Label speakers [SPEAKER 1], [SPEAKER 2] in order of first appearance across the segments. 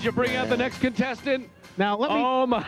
[SPEAKER 1] you bring out the next contestant?
[SPEAKER 2] Now let me.
[SPEAKER 1] Oh my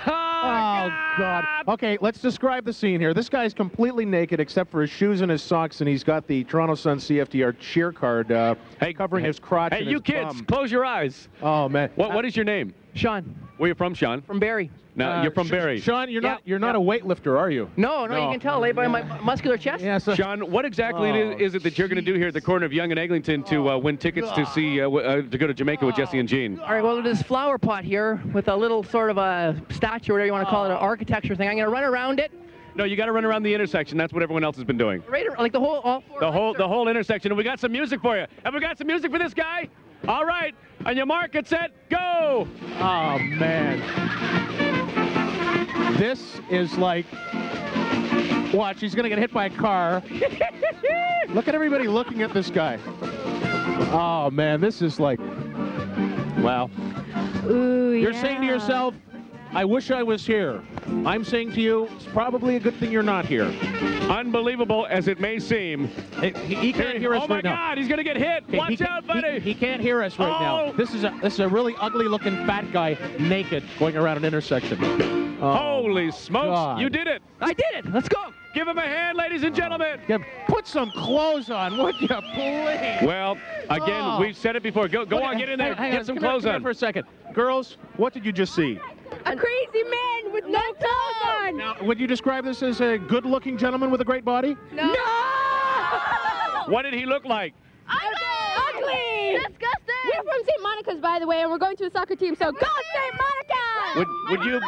[SPEAKER 2] Oh God! Okay, let's describe the scene here. This guy's completely naked except for his shoes and his socks, and he's got the Toronto Sun CFTR cheer card uh, covering his crotch.
[SPEAKER 1] Hey,
[SPEAKER 2] and
[SPEAKER 1] you
[SPEAKER 2] his
[SPEAKER 1] kids,
[SPEAKER 2] bum.
[SPEAKER 1] close your eyes.
[SPEAKER 2] Oh man!
[SPEAKER 1] What, what is your name?
[SPEAKER 3] Sean
[SPEAKER 1] Where you from, Sean?
[SPEAKER 3] from Barry.
[SPEAKER 1] No,
[SPEAKER 2] Uh,
[SPEAKER 1] you're from
[SPEAKER 2] Sh-
[SPEAKER 1] Barry.
[SPEAKER 2] Sean, you're not
[SPEAKER 3] Yeah,
[SPEAKER 2] you're not a weightlifter, are you?
[SPEAKER 3] No, no,
[SPEAKER 1] No.
[SPEAKER 3] you can tell laid by my mu- muscular chest.
[SPEAKER 2] Yeah. So
[SPEAKER 1] Sean, what exactly it is-
[SPEAKER 2] Oh,
[SPEAKER 1] is it that you're going to do here at the corner of Young and Eglinton to uh, win tickets to see uh, w- uh, to go to Jamaica with Jesse and Gene?
[SPEAKER 3] All right, well, this flower pot here with a little sort of a statue, whatever you want to call it, an
[SPEAKER 2] Oh.
[SPEAKER 3] architecture thing. I'm going to run around it,
[SPEAKER 1] No, you got to run around the intersection. That's what everyone else has been doing.
[SPEAKER 3] right, ar- like the whole, all four.
[SPEAKER 1] The
[SPEAKER 3] legs
[SPEAKER 1] whole
[SPEAKER 3] are-
[SPEAKER 1] the whole intersection. And we got some music for you. Have we got some music for this guy? All right. On your mark, get set, go.
[SPEAKER 2] Oh man. This is like watch, he's gonna get hit by a car. Look at everybody looking at this guy. Oh man, this is like Wow.
[SPEAKER 4] Ooh,
[SPEAKER 2] You're saying to
[SPEAKER 4] yeah.
[SPEAKER 2] yourself, I wish I was here. I'm saying to you, it's probably a good thing you're not here.
[SPEAKER 1] Unbelievable as it may seem.
[SPEAKER 2] He, he- he can't hear us
[SPEAKER 1] oh my
[SPEAKER 2] right now.
[SPEAKER 1] God, he's gonna get hit.
[SPEAKER 2] Okay,
[SPEAKER 1] Watch
[SPEAKER 2] he ca-
[SPEAKER 1] out, buddy.
[SPEAKER 2] He, he can't hear us right now.
[SPEAKER 1] Oh.
[SPEAKER 2] This is a this is a really ugly looking fat guy naked going around an intersection. Oh.
[SPEAKER 1] Holy smokes,
[SPEAKER 2] God.
[SPEAKER 1] you did it.
[SPEAKER 3] I did it. Let's go.
[SPEAKER 1] Give him a hand, ladies and gentlemen.
[SPEAKER 2] Yeah, put some clothes on, would you, please?
[SPEAKER 1] Well, again,
[SPEAKER 2] Oh.
[SPEAKER 1] we've said it before. Go, go
[SPEAKER 2] What-
[SPEAKER 1] on, get in there,
[SPEAKER 2] hang- hang
[SPEAKER 1] get
[SPEAKER 2] on,
[SPEAKER 1] some
[SPEAKER 2] come here-
[SPEAKER 1] clothes
[SPEAKER 2] come here
[SPEAKER 1] on.
[SPEAKER 2] for a second. Girls, what did you just see?
[SPEAKER 4] A crazy man with no clothes on.
[SPEAKER 2] Now, would you describe this as a good-looking gentleman with a great body?
[SPEAKER 4] No.
[SPEAKER 1] What did he look like?
[SPEAKER 4] Ugly. Disgusting. We're from St. Monica's, by the way, and we're going to a soccer team. So go St. Monica.
[SPEAKER 1] Would, would you,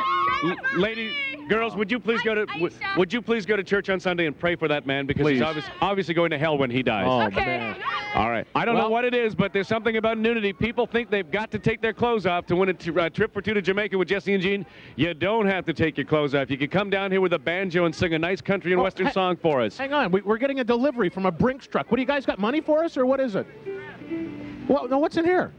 [SPEAKER 1] l- ladies, girls, would you please go to, would, would you please go to church on Sunday and pray for that man because he's
[SPEAKER 2] Please.
[SPEAKER 1] obvious, obviously going to hell when he dies.
[SPEAKER 2] Oh,
[SPEAKER 4] Okay.
[SPEAKER 2] man.
[SPEAKER 1] All right. I don't know
[SPEAKER 2] Well-
[SPEAKER 1] what it is, but there's something about nudity. People think they've got to take their clothes off to win a t- uh, trip for two to Jamaica with Jesse and Gene. You don't have to take your clothes off. You can come down here with a banjo and sing a nice country and
[SPEAKER 2] Oh,
[SPEAKER 1] western
[SPEAKER 2] hey-
[SPEAKER 1] song for us.
[SPEAKER 2] Hang on, we, we're getting a delivery from a Brinks truck. What do you guys got? Money for us, or what is it? Well, no, what's in here?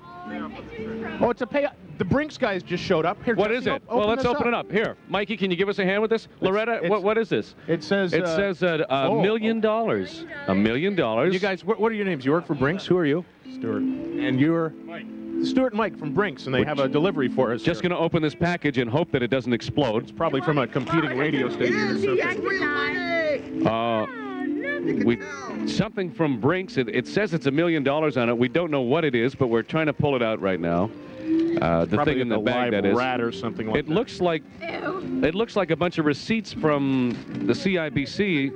[SPEAKER 2] Oh, it's a pay. The Brinks guys just showed up. Here,
[SPEAKER 1] What
[SPEAKER 2] Jesse,
[SPEAKER 1] is it?
[SPEAKER 2] op-
[SPEAKER 1] well, let's
[SPEAKER 2] this
[SPEAKER 1] open it up. Here, Mikey, can you give us a hand with this? Loretta,
[SPEAKER 2] it's-
[SPEAKER 1] what, what is this?
[SPEAKER 2] It says.
[SPEAKER 1] It
[SPEAKER 2] uh,
[SPEAKER 1] says uh, a
[SPEAKER 2] oh,
[SPEAKER 1] million dollars. A million dollars.
[SPEAKER 2] You guys, wh- what are your names? You work for Brinks. Who are you? Stuart. And you're. Mike. Stuart and Mike from Brinks, and they have a delivery for us.
[SPEAKER 1] just
[SPEAKER 2] here.
[SPEAKER 1] going to open this package and hope that it doesn't explode.
[SPEAKER 2] probably from a competing radio station or something.
[SPEAKER 1] Uh, we something from Brinks. It, it says it's a million dollars on it. We don't know what it is, but we're trying to pull it out right now. Uh, the
[SPEAKER 2] Probably
[SPEAKER 1] thing in the
[SPEAKER 2] a
[SPEAKER 1] bag
[SPEAKER 2] live
[SPEAKER 1] that is.
[SPEAKER 2] rat or something like
[SPEAKER 1] It
[SPEAKER 2] that.
[SPEAKER 1] looks like it looks like a bunch of receipts from the CIBC.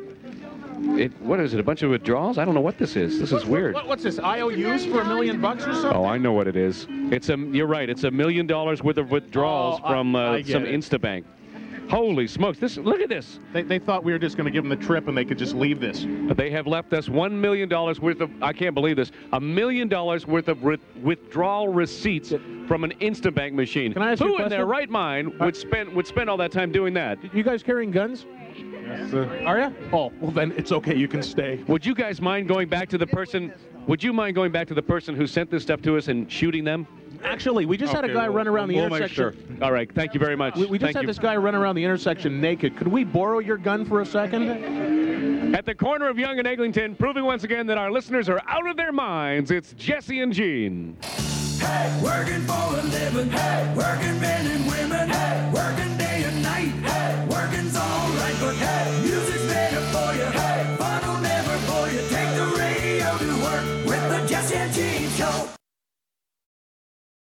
[SPEAKER 1] It what is it? A bunch of withdrawals? I don't know what this is. This is weird.
[SPEAKER 2] What, what's this? IOUs for a million bucks or something?
[SPEAKER 1] Oh, I know what it is. It's a. You're right. It's a million dollars worth of withdrawals
[SPEAKER 2] Oh, I-
[SPEAKER 1] from uh,
[SPEAKER 2] I get
[SPEAKER 1] some
[SPEAKER 2] it.
[SPEAKER 1] InstaBank. Holy smokes! This look at this.
[SPEAKER 2] They, they thought we were just going to give them the trip and they could just leave this.
[SPEAKER 1] They have left us one million dollars worth of. I can't believe this. A million dollars worth of re- withdrawal receipts from an InstaBank machine.
[SPEAKER 2] Can I ask you a
[SPEAKER 1] Who in their
[SPEAKER 2] question? Uh,
[SPEAKER 1] right mind would spend would spend all that time doing that?
[SPEAKER 2] You guys carrying guns? Are you? Oh, well then it's okay. You can stay.
[SPEAKER 1] Would you guys mind going back to the person? Would you mind going back to the person who sent this stuff to us and shooting them?
[SPEAKER 2] Actually, we just had a
[SPEAKER 5] Okay,
[SPEAKER 2] guy
[SPEAKER 5] we'll-
[SPEAKER 2] run around the
[SPEAKER 5] we'll make
[SPEAKER 2] intersection.
[SPEAKER 1] All right. Thank you very much.
[SPEAKER 2] We, we just
[SPEAKER 1] Thank
[SPEAKER 2] had
[SPEAKER 1] you.
[SPEAKER 2] this guy run around the intersection naked. Could we borrow your gun for a second?
[SPEAKER 1] At the corner of Young and Eglinton, proving once again that our listeners are out of their minds, it's Jesse and Gene.
[SPEAKER 6] Hey, working for a living. Hey, working men and women. Hey, working day and night. Hey, working's alright, but hey, music's better for you. Hey, fun will never bore you. Take the radio to work with the Jesse and Gene Show.